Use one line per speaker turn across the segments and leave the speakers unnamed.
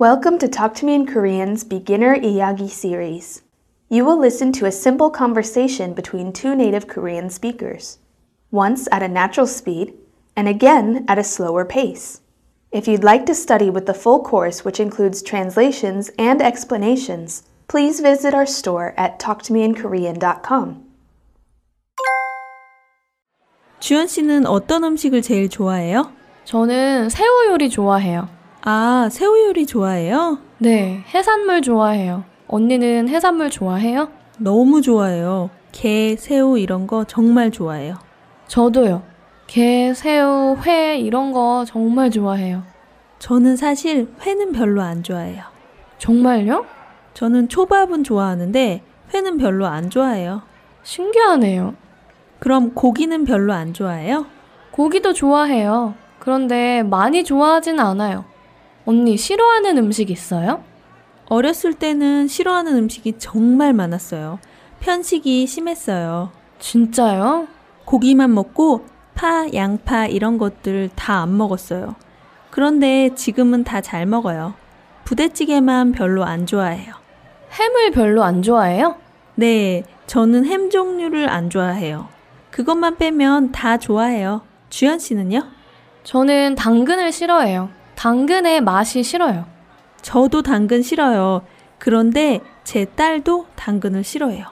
Welcome to Talk to Me in Korean's Beginner Iyagi series. You will listen to a simple conversation between two native Korean speakers, once at a natural speed and again at a slower pace. If you'd like to study with the full course, which includes translations and explanations, please visit our store at talktomeinkorean.com.
주현 씨는 어떤 음식을 제일 좋아해요?
저는 새우 요리 좋아해요.
아, 새우 요리 좋아해요?
네, 해산물 좋아해요. 언니는 해산물 좋아해요?
너무 좋아해요. 게, 새우 이런 거 정말 좋아해요.
저도요. 게, 새우, 회 이런 거 정말 좋아해요.
저는 사실 회는 별로 안 좋아해요.
정말요?
저는 초밥은 좋아하는데 회는 별로 안 좋아해요.
신기하네요.
그럼 고기는 별로 안 좋아해요?
고기도 좋아해요. 그런데 많이 좋아하진 않아요. 언니 싫어하는 음식 있어요?
어렸을 때는 싫어하는 음식이 정말 많았어요. 편식이 심했어요.
진짜요?
고기만 먹고 파, 양파 이런 것들 다 안 먹었어요. 그런데 지금은 다 잘 먹어요. 부대찌개만 별로 안 좋아해요.
햄을 별로 안 좋아해요?
네, 저는 햄 종류를 안 좋아해요. 그것만 빼면 다 좋아해요. 주연 씨는요?
저는 당근을 싫어해요. 당근의 맛이 싫어요.
저도 당근 싫어요. 그런데 제 딸도 당근을 싫어해요.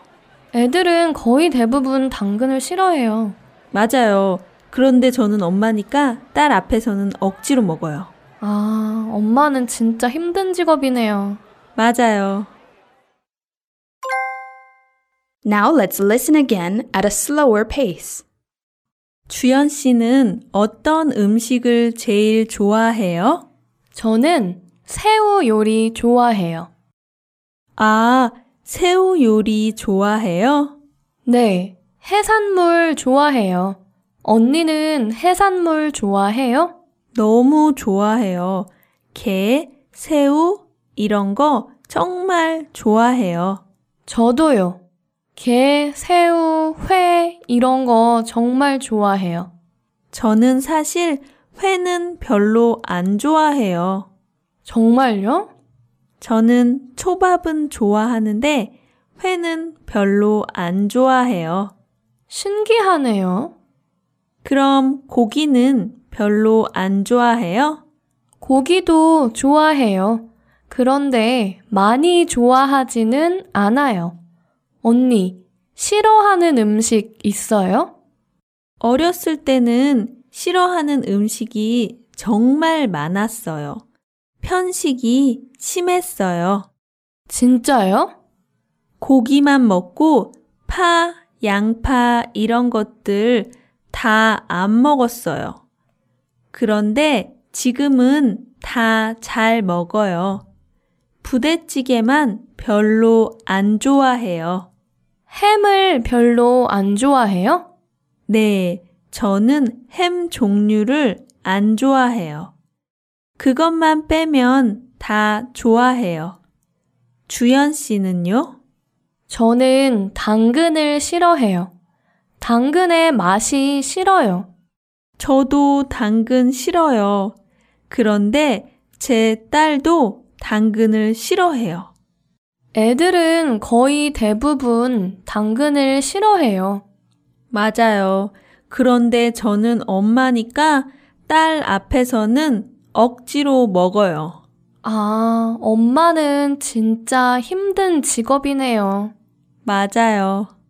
애들은 거의 대부분 당근을 싫어해요.
맞아요. 그런데 저는 엄마니까 딸 앞에서는 억지로 먹어요.
아, 엄마는 진짜 힘든 직업이네요.
맞아요.
Now let's listen again at a slower pace.
주연 씨는 어떤 음식을 제일 좋아해요?
저는 새우 요리 좋아해요.
아, 새우 요리 좋아해요?
네, 해산물 좋아해요. 언니는 해산물 좋아해요?
너무 좋아해요. 게, 새우 이런 거 정말 좋아해요.
저도요. 게, 새우, 회 이런 거 정말 좋아해요.
저는 사실 회는 별로 안 좋아해요.
정말요?
저는 초밥은 좋아하는데 회는 별로 안 좋아해요.
신기하네요.
그럼 고기는 별로 안 좋아해요?
고기도 좋아해요. 그런데 많이 좋아하지는 않아요. 언니, 싫어하는 음식 있어요?
어렸을 때는 싫어하는 음식이 정말 많았어요. 편식이 심했어요.
진짜요?
고기만 먹고 파, 양파 이런 것들 다 안 먹었어요. 그런데 지금은 다 잘 먹어요. 부대찌개만 별로 안 좋아해요.
햄을 별로 안 좋아해요?
네, 저는 햄 종류를 안 좋아해요. 그것만 빼면 다 좋아해요. 주연 씨는요?
저는 당근을 싫어해요. 당근의 맛이 싫어요.
저도 당근 싫어요. 그런데 제 딸도 당근을 싫어해요.
애들은 거의 대부분 당근을 싫어해요.
맞아요. 그런데 저는 엄마니까 딸 앞에서는 억지로 먹어요.
아, 엄마는 진짜 힘든 직업이네요.
맞아요.